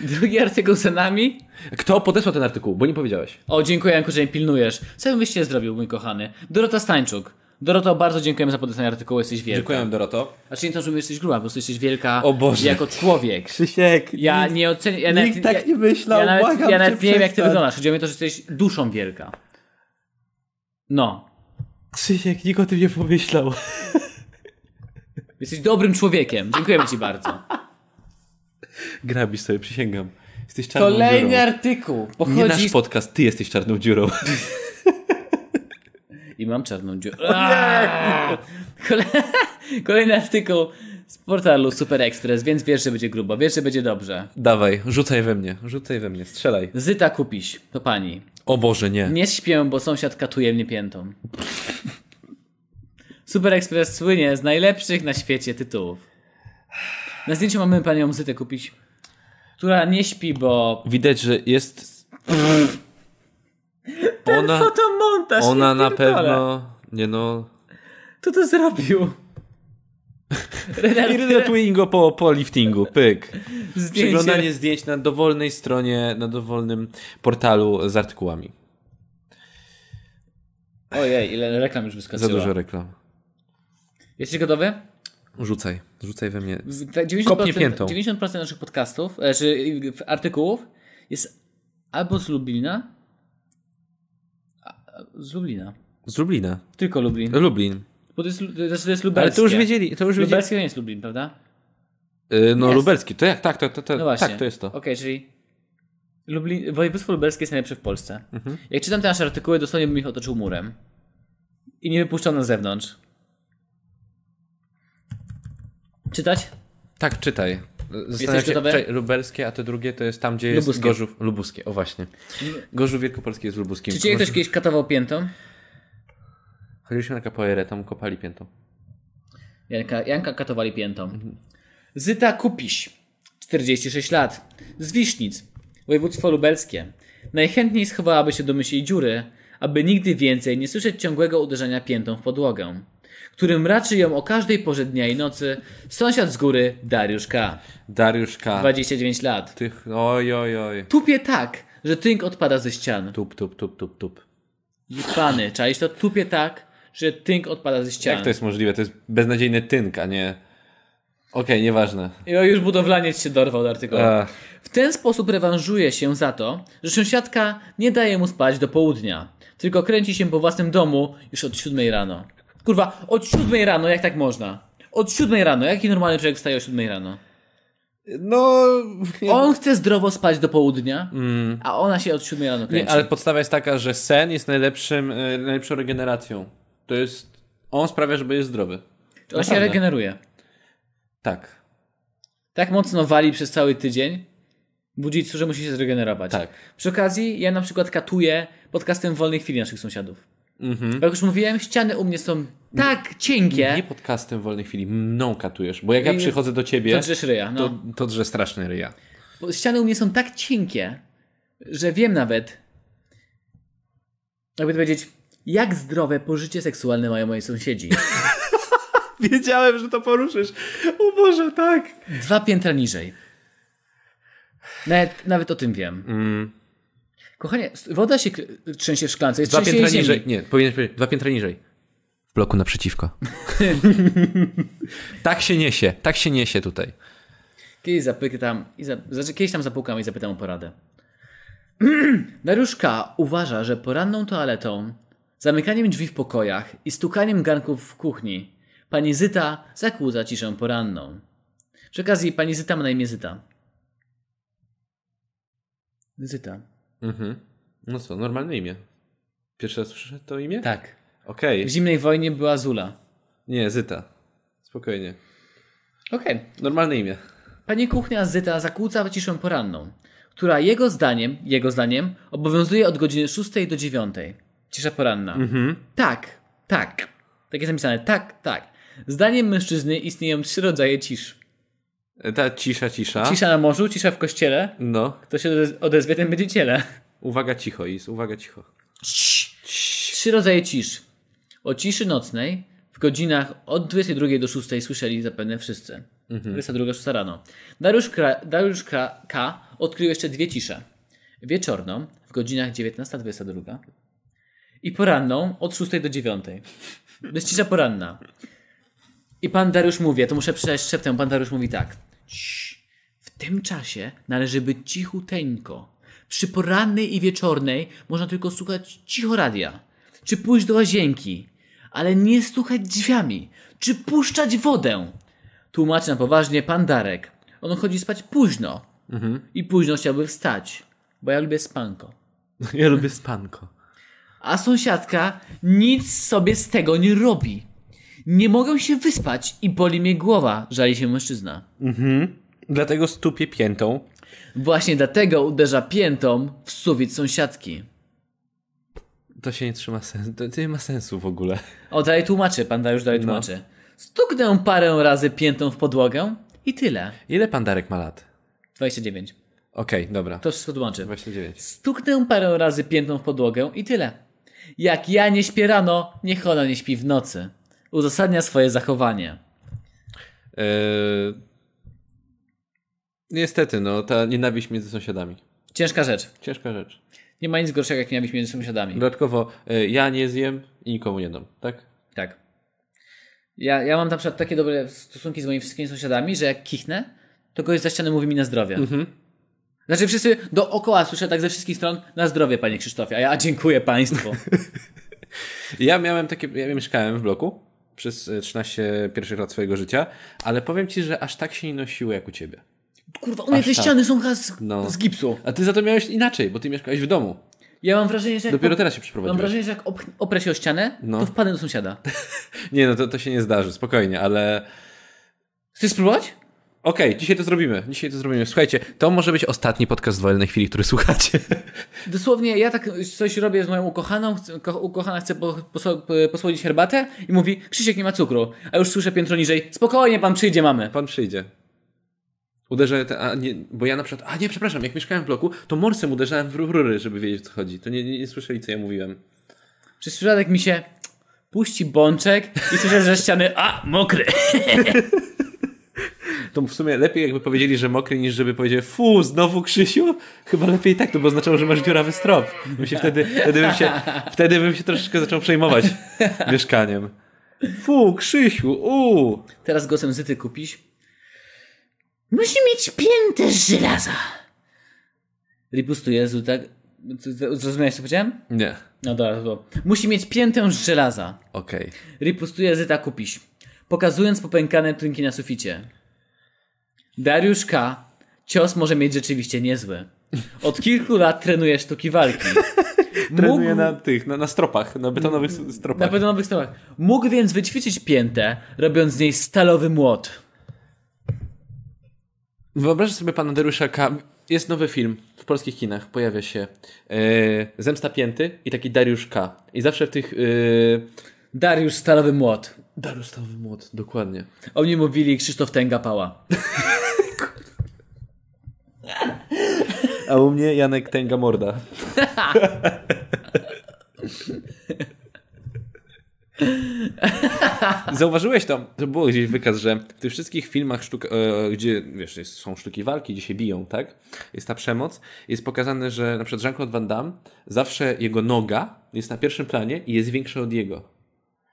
S1: Drugi artykuł za nami.
S2: Kto podesłał ten artykuł? Bo nie powiedziałeś.
S1: O, dziękuję Janku, że mnie pilnujesz. Co bym wyście zrobił, mój kochany? Dorota Stańczuk. Doroto, bardzo dziękujemy za podesłanie artykułu, jesteś wielka.
S2: Dziękuję, Doroto.
S1: Znaczy nie to, że jesteś gruba, po prostu jesteś wielka
S2: O Boże.
S1: jako człowiek.
S2: Krzysiek,
S1: Ja nie oceniam. Ja
S2: Nikt
S1: nawet,
S2: tak
S1: ja,
S2: nie myślał,
S1: Ja nawet,
S2: błagam
S1: ja
S2: cię,
S1: nawet nie wiem, jak ty
S2: przestań.
S1: wyglądasz. Chodzi o mnie to, że jesteś duszą wielka. No.
S2: Krzysiek, nikt o tym nie pomyślał.
S1: Jesteś dobrym człowiekiem. Dziękujemy ci bardzo.
S2: Grabisz sobie, przysięgam. Jesteś czarną
S1: Kolejny
S2: dziurą.
S1: artykuł.
S2: Nie nasz
S1: Pochodzi...
S2: podcast, ty jesteś czarną dziurą.
S1: I mam czarną dziurę. Aaa! Kole... Kolejny artykuł z portalu Super Express, więc wiesz, że będzie grubo. Wiesz, że będzie dobrze.
S2: Dawaj, rzucaj we mnie, rzucaj we mnie, strzelaj.
S1: Zyta kupiś, to pani.
S2: O Boże, nie.
S1: Nie śpię, bo sąsiad katuje mnie piętą. Super Express słynie z najlepszych na świecie tytułów. Na zdjęciu mamy panią Zytę kupić, która nie śpi, bo
S2: Widać, że jest. Ona,
S1: fotomontaż,
S2: ona
S1: ja
S2: na
S1: pierdolę.
S2: pewno. Nie no.
S1: Kto to zrobił? Renal,
S2: Iryna Twingo po, po liftingu, pyk. Przeglądanie
S1: zdjęcie.
S2: zdjęć na dowolnej stronie, na dowolnym portalu z artykułami.
S1: Ojej, ile reklam już
S2: Za
S1: wyskoczyło.
S2: dużo reklam.
S1: Jesteś gotowy?
S2: Rzucaj, rzucaj we mnie.
S1: W- tak, 90%,
S2: Kopnie piętą.
S1: 90% naszych podcastów, e, czy y, w- artykułów jest albo z Lublina, a- z Lublina.
S2: Z Lublina.
S1: Tylko Lublin.
S2: Lublin.
S1: Bo to jest, lu- to jest, to jest lubelskie.
S2: Ale to już wiedzieli, to już wiedzieli.
S1: Lubelskie nie jest Lublin, prawda?
S2: Yy, No
S1: Jest.
S2: lubelski, to jak, tak, to, to, to,
S1: No właśnie.
S2: tak, to jest to.
S1: Okej, czyli Lublin, województwo lubelskie jest najlepsze w Polsce.
S2: Mhm.
S1: Jak czytam te nasze artykuły, dosłownie bym ich otoczył murem. I nie wypuszczał na zewnątrz. Czytać?
S2: Tak, czytaj. Zastanawiam
S1: Jesteś
S2: się,
S1: gotowy?
S2: czekaj, lubelskie, a to drugie to jest tam, gdzie jest
S1: Lubuskie. Mm.
S2: Gorzów. Lubuskie, o właśnie. Gorzów Wielkopolski jest lubuskim.
S1: Czy cię ktoś
S2: Gorzów-
S1: kiedyś katował piętą?
S2: Chodziliśmy na kapoeirę, tam kopali piętą.
S1: Janka, Janka katowali piętą. Mhm. Zyta Kupiś, 46 lat, z Wisznic, województwo lubelskie. Najchętniej schowałaby się do mysiej dziury, aby nigdy więcej nie słyszeć ciągłego uderzenia piętą w podłogę, którym raczy ją o każdej porze dnia i nocy sąsiad z góry Dariusz K.,
S2: Dariusz K.
S1: 29 lat.
S2: Tych, oj, oj, oj.
S1: Tupie tak, że tynk odpada ze ścian.
S2: Tup, tup, tup, tup, tup.
S1: Tak. Pany, czaisz to? Tupie tak, że tynk odpada ze ścian.
S2: Jak to jest możliwe? To jest beznadziejny tynk, a nie... Okej, nieważne.
S1: I o, już budowlaniec się dorwał do artykułu.
S2: Ech.
S1: W ten sposób rewanżuje się za to, że sąsiadka nie daje mu spać do południa, tylko kręci się po własnym domu już od 7 rano. Kurwa, od 7 rano, jak tak można? Od 7 rano, jaki normalny człowiek wstaje o 7 rano?
S2: No...
S1: On chce zdrowo spać do południa, a ona się od 7 rano kręci.
S2: Mm. Nie, ale podstawa jest taka, że sen jest najlepszym, e, najlepszą regeneracją. To jest... On sprawia, żeby jest zdrowy.
S1: Ona się
S2: Naprawdę.
S1: regeneruje.
S2: Tak,
S1: Tak mocno wali przez cały tydzień, budzicu, że musi się zregenerować.
S2: tak.
S1: Przy okazji, ja na przykład katuję podcastem w wolnej chwili naszych sąsiadów. Jak już mówiłem, ściany u mnie są tak cienkie,
S2: Mhm. Nie podcastem w wolnej chwili, mną katujesz, bo jak ja
S1: I-
S2: przychodzę do ciebie,
S1: to drzesz ryja. No.
S2: to, to drze straszny ryja.
S1: Bo ściany u mnie są tak cienkie, że wiem nawet, jakby to powiedzieć, jak zdrowe pożycie seksualne mają moi sąsiedzi.
S2: Wiedziałem, że to poruszysz. O Boże, tak.
S1: Dwa piętra niżej. Nawet, nawet o tym wiem.
S2: Mm.
S1: Kochanie, woda się kl- trzęsie w szklance. Jest
S2: Dwa
S1: trzęsienie
S2: piętra
S1: ziemi.
S2: niżej. Nie, powinieneś powiedzieć, dwa piętra niżej. W bloku naprzeciwko. tak się niesie, tak się niesie tutaj.
S1: Kiedyś zapytam, i za, znaczy kiedyś tam zapukam i zapytam o poradę. Dariuszka uważa, że poranną toaletą, zamykaniem drzwi w pokojach i stukaniem garnków w kuchni pani Zyta zakłóca ciszę poranną. Przy okazji pani Zyta ma na imię Zyta. Zyta.
S2: Mhm. No co, normalne imię. Pierwszy raz słyszę to imię?
S1: Tak.
S2: Okej.
S1: W zimnej wojnie była Zula.
S2: Nie, Zyta. Spokojnie.
S1: Okej.
S2: Normalne imię.
S1: Pani kuchnia Zyta zakłóca ciszę poranną, która jego zdaniem, jego zdaniem, obowiązuje od godziny 6 do 9. Cisza poranna. Tak, tak. Tak jest napisane, tak, tak. Zdaniem mężczyzny istnieją trzy rodzaje cisz.
S2: E, Ta cisza, cisza.
S1: Cisza na morzu, cisza w kościele.
S2: No.
S1: Kto się odez- odezwie, ten będzie ciele.
S2: Uwaga cicho, Is, uwaga cicho.
S1: Trzy rodzaje cisz. O ciszy nocnej w godzinach od 22 do 6 słyszeli zapewne wszyscy. 22, 6 rano. Dariusz, Kra- Dariusz Kra- K. odkrył jeszcze dwie cisze. Wieczorną w godzinach 19-22 i poranną od 6 do 9. To jest cisza poranna. I pan Dariusz mówi, ja to muszę przeczytać szeptem, pan Dariusz mówi tak. Ciii. W tym czasie należy być cichuteńko. Przy porannej i wieczornej można tylko słuchać cicho radia, czy pójść do łazienki, ale nie stukać drzwiami, czy puszczać wodę. Tłumaczy na poważnie pan Darek. On chodzi spać późno i późno chciałby wstać, bo ja lubię spanko.
S2: Ja lubię spanko.
S1: A sąsiadka nic sobie z tego nie robi. Nie mogę się wyspać i boli mnie głowa, żali się mężczyzna.
S2: Dlatego stupię piętą.
S1: Właśnie dlatego uderza piętą w sufit sąsiadki.
S2: To się nie trzyma sensu. To, to nie ma sensu w ogóle.
S1: O, dalej tłumaczy, panda już dalej
S2: No.
S1: tłumaczy. Stuknę parę razy piętą w podłogę i tyle.
S2: Ile pan Darek ma lat?
S1: 29.
S2: Okej, dobra.
S1: To wszystko tłumaczy.
S2: 29.
S1: Stuknę parę razy piętą w podłogę i tyle. Jak ja nie śpię rano, niech ona nie śpi w nocy. Uzasadnia swoje zachowanie.
S2: Yy... Niestety, no, ta nienawiść między sąsiadami.
S1: Ciężka rzecz.
S2: Ciężka rzecz.
S1: Nie ma nic gorszego jak nienawiść między sąsiadami.
S2: Dodatkowo, y, ja nie zjem i nikomu nie dam, tak?
S1: Tak. Ja, ja mam na przykład takie dobre stosunki z moimi wszystkimi sąsiadami, że jak kichnę, to gość za ścianą mówi mi na zdrowie.
S2: Mhm.
S1: Znaczy wszyscy dookoła słyszę tak ze wszystkich stron na zdrowie, panie Krzysztofie, a ja dziękuję państwu.
S2: Ja miałem takie, ja mieszkałem w bloku przez y, 13 pierwszych lat swojego życia, ale powiem ci, że aż tak się nie nosiło jak u ciebie.
S1: Kurwa, u mnie te
S2: tak.
S1: ściany są chyba z,
S2: No.
S1: z gipsu.
S2: A ty za to miałeś inaczej, bo ty mieszkałeś w domu.
S1: Ja mam wrażenie, że jak,
S2: Dopiero teraz się
S1: mam
S2: przeprowadziłeś.
S1: wrażenie, że jak op- oprę się o ścianę,
S2: No.
S1: to wpadnę do sąsiada.
S2: Nie, no to, to się nie zdarzy, spokojnie, ale
S1: Chcesz spróbować?
S2: Okej, dzisiaj to zrobimy. Dzisiaj to zrobimy. Słuchajcie, to może być ostatni podcast w wolnej chwili, który słuchacie.
S1: Dosłownie ja tak coś robię z moją ukochaną, chcę- ko- ukochana chce po, poso- p- posłodzić herbatę i mówi, Krzysiek nie ma cukru, a już słyszę piętro niżej, spokojnie pan przyjdzie mamy.
S2: Pan przyjdzie. Uderzę, te, a nie, bo ja na przykład, a nie, przepraszam, jak mieszkałem w bloku, to morsem uderzałem w ru- rury, żeby wiedzieć o co chodzi. To nie, nie, nie słyszeli, co ja mówiłem.
S1: Przez przypadek mi się puści bączek i słyszę ze ściany, a mokry.
S2: To w sumie lepiej jakby powiedzieli, że mokry, niż żeby powiedzieli, fu, znowu Krzysiu? Chyba lepiej tak, to by oznaczało, że masz dziurawy strop. Bym się wtedy, wtedy, bym się, wtedy bym się troszeczkę zaczął przejmować mieszkaniem. Fu, Krzysiu, uuu.
S1: Teraz głosem Zyty kupisz. Musi mieć piętę z żelaza. Ripustuję, tak. Zrozumiałeś, co powiedziałem?
S2: Nie,
S1: No dobra, to było. Musi mieć piętę z żelaza.
S2: okej.
S1: Ripustuje Zyta Kupiś, pokazując popękane trynki na suficie. Dariusz K. Cios może mieć rzeczywiście niezły. Od kilku lat trenuje sztuki walki.
S2: Trenuje
S1: Mógł-
S2: na tych, na, na stropach, na betonowych s- stropach.
S1: Na pewno nowych stronach. Mógł więc wyćwiczyć piętę, robiąc z niej stalowy młot.
S2: Wyobraź sobie pana Dariusza K. Jest nowy film w polskich kinach, pojawia się yy, Zemsta Pięty i taki Dariusz K. I zawsze w tych... Yy,
S1: Dariusz stalowy młot.
S2: Dariusz Stawy Młot, dokładnie.
S1: O mnie mówili Krzysztof Tęga Pała.
S2: A u mnie Janek Tęga Morda. Zauważyłeś to, to było gdzieś wykaz, że w tych wszystkich filmach, sztuk, e, gdzie wiesz, jest, są sztuki walki, gdzie się biją, tak? Jest ta przemoc, jest pokazane, że na przykład Jean-Claude Van Damme zawsze jego noga jest na pierwszym planie i jest większa od jego.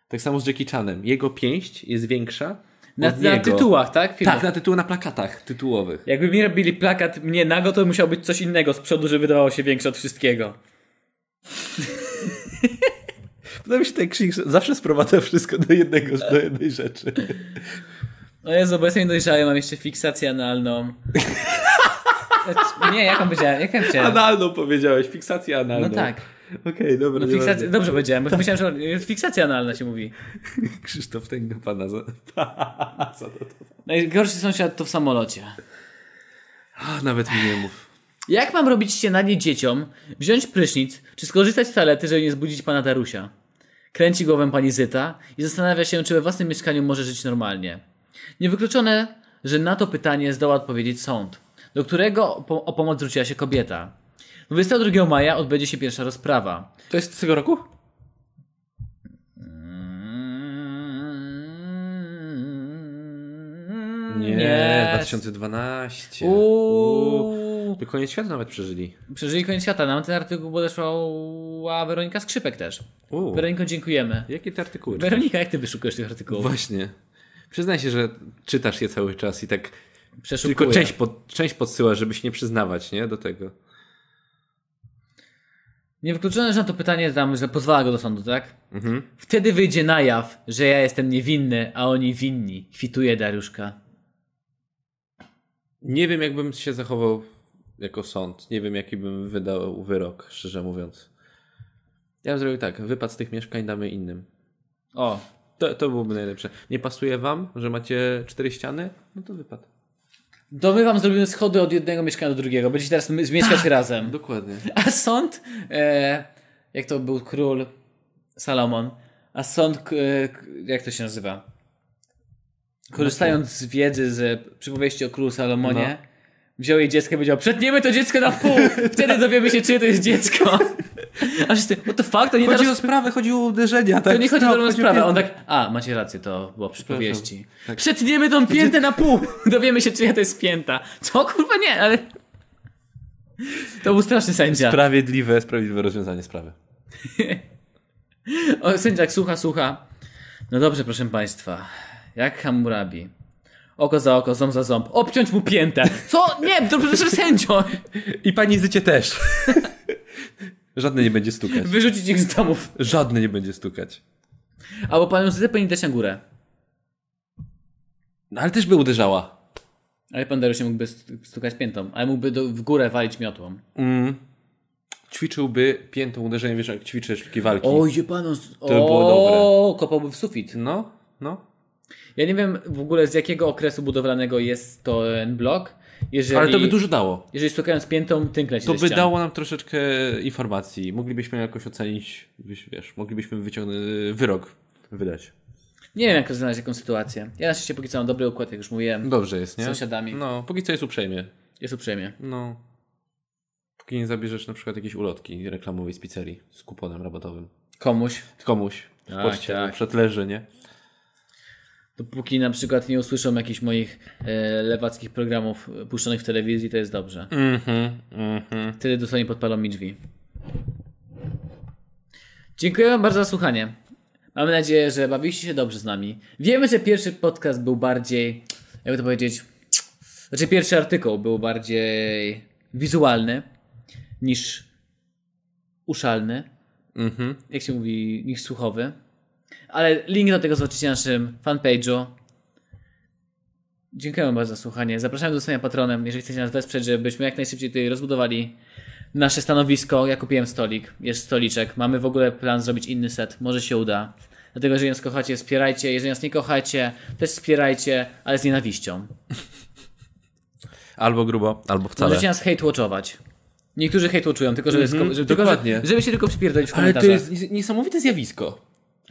S2: Tak samo z Jackie Chanem. Jego pięść jest większa
S1: Na,
S2: od
S1: na
S2: niego.
S1: tytułach, tak? Filmów.
S2: Tak, na tytuł, na plakatach tytułowych.
S1: Jakby mi robili plakat mnie nago, to musiał być coś innego z przodu, że wydawało się większe od wszystkiego.
S2: Podoba mi się ten krzyk, że zawsze sprowadza wszystko do jednego, do jednej rzeczy.
S1: O Jezu, bo jestem niedojrzały, mam jeszcze fiksację analną. Znaczy, Nie, jaką powiedziałem? Jaką powiedziałem?
S2: Analną powiedziałeś, fiksację analną.
S1: No tak.
S2: Okej, dobra.
S1: No
S2: No
S1: fiksacja, dobrze powiedziałem, bo myślałem, że fiksacja analna się mówi.
S2: Krzysztof Tęga pana za... za to.
S1: Najgorszy sąsiad to w samolocie.
S2: A, nawet mi nie mów.
S1: Jak mam robić śniadanie dzieciom, wziąć prysznic, czy skorzystać z toalety, żeby nie zbudzić pana Darusia? Kręci głowę pani Zyta i zastanawia się, czy we własnym mieszkaniu może żyć normalnie. Niewykluczone, że na to pytanie zdoła odpowiedzieć sąd, do którego po- o pomoc zwróciła się kobieta. 22 maja odbędzie się pierwsza rozprawa.
S2: To jest z tego roku?
S1: Nie,
S2: 2012. Uuu.
S1: Uuu.
S2: To koniec świata nawet przeżyli.
S1: Przeżyli koniec świata. Nam ten artykuł podeszła Weronika Skrzypek też.
S2: Uuu.
S1: Weroniko, dziękujemy.
S2: Jakie te artykuły? czytasz?
S1: Weronika, jak ty wyszukujesz tych artykułów?
S2: Właśnie. Przyznaj się, że czytasz je cały czas i tak
S1: Przeszukuję.
S2: tylko część, pod, część podsyłasz, żeby się nie przyznawać, nie? Do tego.
S1: Niewykluczone, że na to pytanie tam, że pozwała go do sądu, tak?
S2: Mhm.
S1: Wtedy wyjdzie na jaw, że ja jestem niewinny, a oni winni. Kwituje Dariuszka.
S2: Nie wiem, jakbym się zachował jako sąd. Nie wiem, jaki bym wydał wyrok, szczerze mówiąc. Ja bym zrobił tak, wypad z tych mieszkań damy innym.
S1: O,
S2: To, to byłoby najlepsze. Nie pasuje wam, że macie cztery ściany? No to wypad.
S1: to my wam zrobimy schody
S2: Tak.
S1: od jednego mieszkania do drugiego. Będziecie teraz my- mieszkać razem.
S2: Dokładnie.
S1: A sąd e, jak to był król Salomon, a sąd, k- e, k- jak to się nazywa? Korzystając z wiedzy z przypowieści o królu Salomonie,
S2: No.
S1: wziął jej dziecko i powiedział, przetniemy to dziecko na pół, wtedy dowiemy się, czyje to jest dziecko. A wszyscy, what the fuck, to nie
S2: Chodzi
S1: teraz
S2: o sprawę, chodzi o uderzenia. Tak?
S1: to nie chodzi o
S2: Stop,
S1: dobrą
S2: chodzi
S1: sprawę.
S2: piętno.
S1: On tak, a, macie rację, to było przypowieści.
S2: Tak.
S1: Przetniemy tą piętę na pół. Dowiemy się, czyja to jest pięta. Co, kurwa, nie, ale... To był straszny sędzia.
S2: Sprawiedliwe, sprawiedliwe rozwiązanie sprawy.
S1: O, sędzia jak słucha, słucha. No dobrze, proszę państwa. Jak Hammurabi. Oko za oko, ząb za ząb. Obciąć mu piętę. Co? Nie, to proszę sędzio.
S2: I pani Zycie też. Żadne nie będzie stukać.
S1: Wyrzucić ich z domów.
S2: Żadne nie będzie stukać.
S1: Albo panią Zytę nie dać na górę.
S2: No, ale też by uderzała.
S1: Ale pan Dariusz nie mógłby st- stukać piętą, ale mógłby do, w górę walić miotłą.
S2: Ćwiczyłby piętą uderzenie, wiesz, jak ćwiczę sztuki walki.
S1: Oj, panu. To
S2: by było dobre.
S1: Kopałby w sufit.
S2: No, no.
S1: Ja nie wiem w ogóle z jakiego okresu budowlanego jest ten blok. Jeżeli,
S2: Ale to by dużo dało.
S1: jeżeli stukając piętą, tynkleć
S2: To by dało nam troszeczkę informacji. Moglibyśmy jakoś ocenić, wiesz, wiesz moglibyśmy wyciągnąć wyrok wydać.
S1: Nie wiem jak znaleźć taką sytuację. Ja na szczęście póki co mam dobry układ, jak już mówiłem.
S2: Dobrze jest, nie?
S1: Z sąsiadami.
S2: No, póki co jest uprzejmie.
S1: Jest uprzejmie.
S2: No. Póki nie zabierzesz na przykład jakiejś ulotki reklamowej z pizzerii z kuponem rabatowym.
S1: Komuś.
S2: Komuś w
S1: Tak,
S2: poczcie,
S1: tak.
S2: przed leży, nie?
S1: Dopóki na przykład nie usłyszą jakichś moich e, lewackich programów e, puszczonych w telewizji, to jest dobrze.
S2: Mhm, mhm.
S1: Wtedy dosłownie podpalą mi drzwi. Dziękuję Wam bardzo za słuchanie. Mamy nadzieję, że bawiliście się dobrze z nami. Wiemy, że pierwszy podcast był bardziej, jakby to powiedzieć, znaczy pierwszy artykuł był bardziej wizualny niż uszalny,
S2: Mhm.
S1: jak się mówi, niż słuchowy. Ale link do tego zobaczycie na naszym fanpage'u. Dziękuję wam bardzo za słuchanie. Zapraszamy do zostania patronem, jeżeli chcecie nas wesprzeć, żebyśmy jak najszybciej tutaj rozbudowali nasze stanowisko. Ja kupiłem stolik, jest stoliczek. Mamy w ogóle plan zrobić inny set, może się uda. Dlatego, jeżeli nas kochacie, wspierajcie. Jeżeli nas nie kochacie, też wspierajcie, ale z nienawiścią.
S2: Albo grubo, albo wcale.
S1: Możecie nas hate-watchować. Niektórzy hate-watchują, tylko żeby, sko- żeby, tylko,
S2: Mhm, dokładnie.
S1: że- żeby się tylko przypierdolić w
S2: Ale
S1: komentarzach.
S2: to jest nies- niesamowite zjawisko.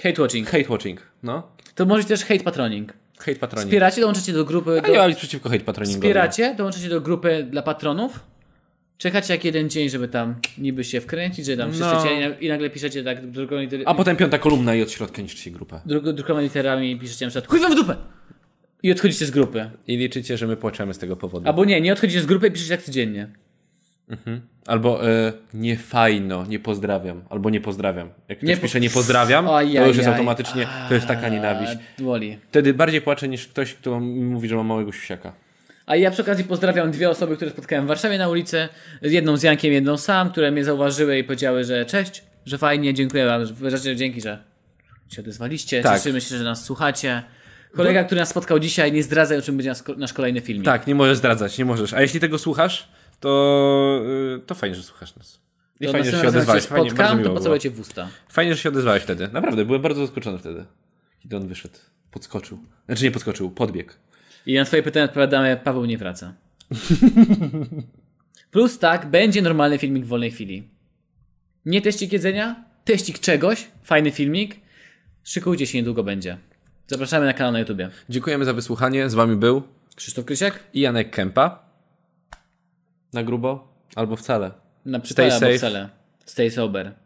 S1: Hate-watching.
S2: Hate watching, no.
S1: To może też hate-patroning.
S2: Hate patroning.
S1: Wspieracie, dołączacie do grupy.
S2: A nie
S1: Do...
S2: mam nic przeciwko hate patroningowi.
S1: Wspieracie, dołączacie do grupy dla patronów. Czekacie jak jeden dzień, żeby tam niby się wkręcić, że tam wszyscy
S2: No.
S1: cię- i nagle piszecie tak drugą liter...
S2: A potem piąta kolumna i od środka niszczy się grupę.
S1: drugą, drugą literami piszecie na przykład chuj wam w dupę! I odchodzicie z grupy.
S2: I liczycie, że my płaczemy z tego powodu.
S1: Albo nie, nie odchodzicie z grupy i piszecie jak codziennie.
S2: Albo e, nie fajno, nie pozdrawiam. Albo nie pozdrawiam. Jak ktoś
S1: Nie po-
S2: pisze nie pozdrawiam, to
S1: Ajajaj.
S2: już jest automatycznie, to jest taka nienawiść.
S1: A, Dłoli.
S2: Wtedy bardziej płaczę niż ktoś, kto mi mówi, że ma małego siusiaka.
S1: A ja przy okazji pozdrawiam dwie osoby, które spotkałem w Warszawie na ulicy. Jedną z Jankiem, jedną sam, które mnie zauważyły i powiedziały, że cześć, że fajnie, dziękuję wam, że- że dzięki, że się odezwaliście.
S2: Tak. No.
S1: Cieszymy się, że nas słuchacie. Kolega, który nas spotkał dzisiaj, nie zdradza, o czym będzie nas- nasz kolejny filmik.
S2: Tak, nie możesz zdradzać, nie możesz. A jeśli tego słuchasz, to, y, to fajnie, że słuchasz nas. I
S1: To
S2: fajnie, że
S1: następnym razem,
S2: się
S1: jak
S2: odezwałeś.
S1: się
S2: Fajnie, bardzo
S1: spotkam,
S2: miło
S1: to
S2: było.
S1: pocałuję cię w usta.
S2: fajnie, że się odezwałeś wtedy. Naprawdę, byłem bardzo zaskoczony wtedy, kiedy on wyszedł. Podskoczył. Znaczy nie podskoczył, podbiegł.
S1: I na twoje pytania odpowiadamy, Paweł nie wraca. Plus tak, będzie normalny filmik w wolnej chwili. Nie teścik jedzenia, teścik czegoś, fajny filmik. Szykujcie się, niedługo będzie. Zapraszamy na kanał na YouTubie.
S2: Dziękujemy za wysłuchanie. Z wami był
S1: Krzysztof Krysiak?
S2: i Janek Kępa. Na grubo albo wcale.
S1: Na przytale albo
S2: safe.
S1: wcale. Stay sober.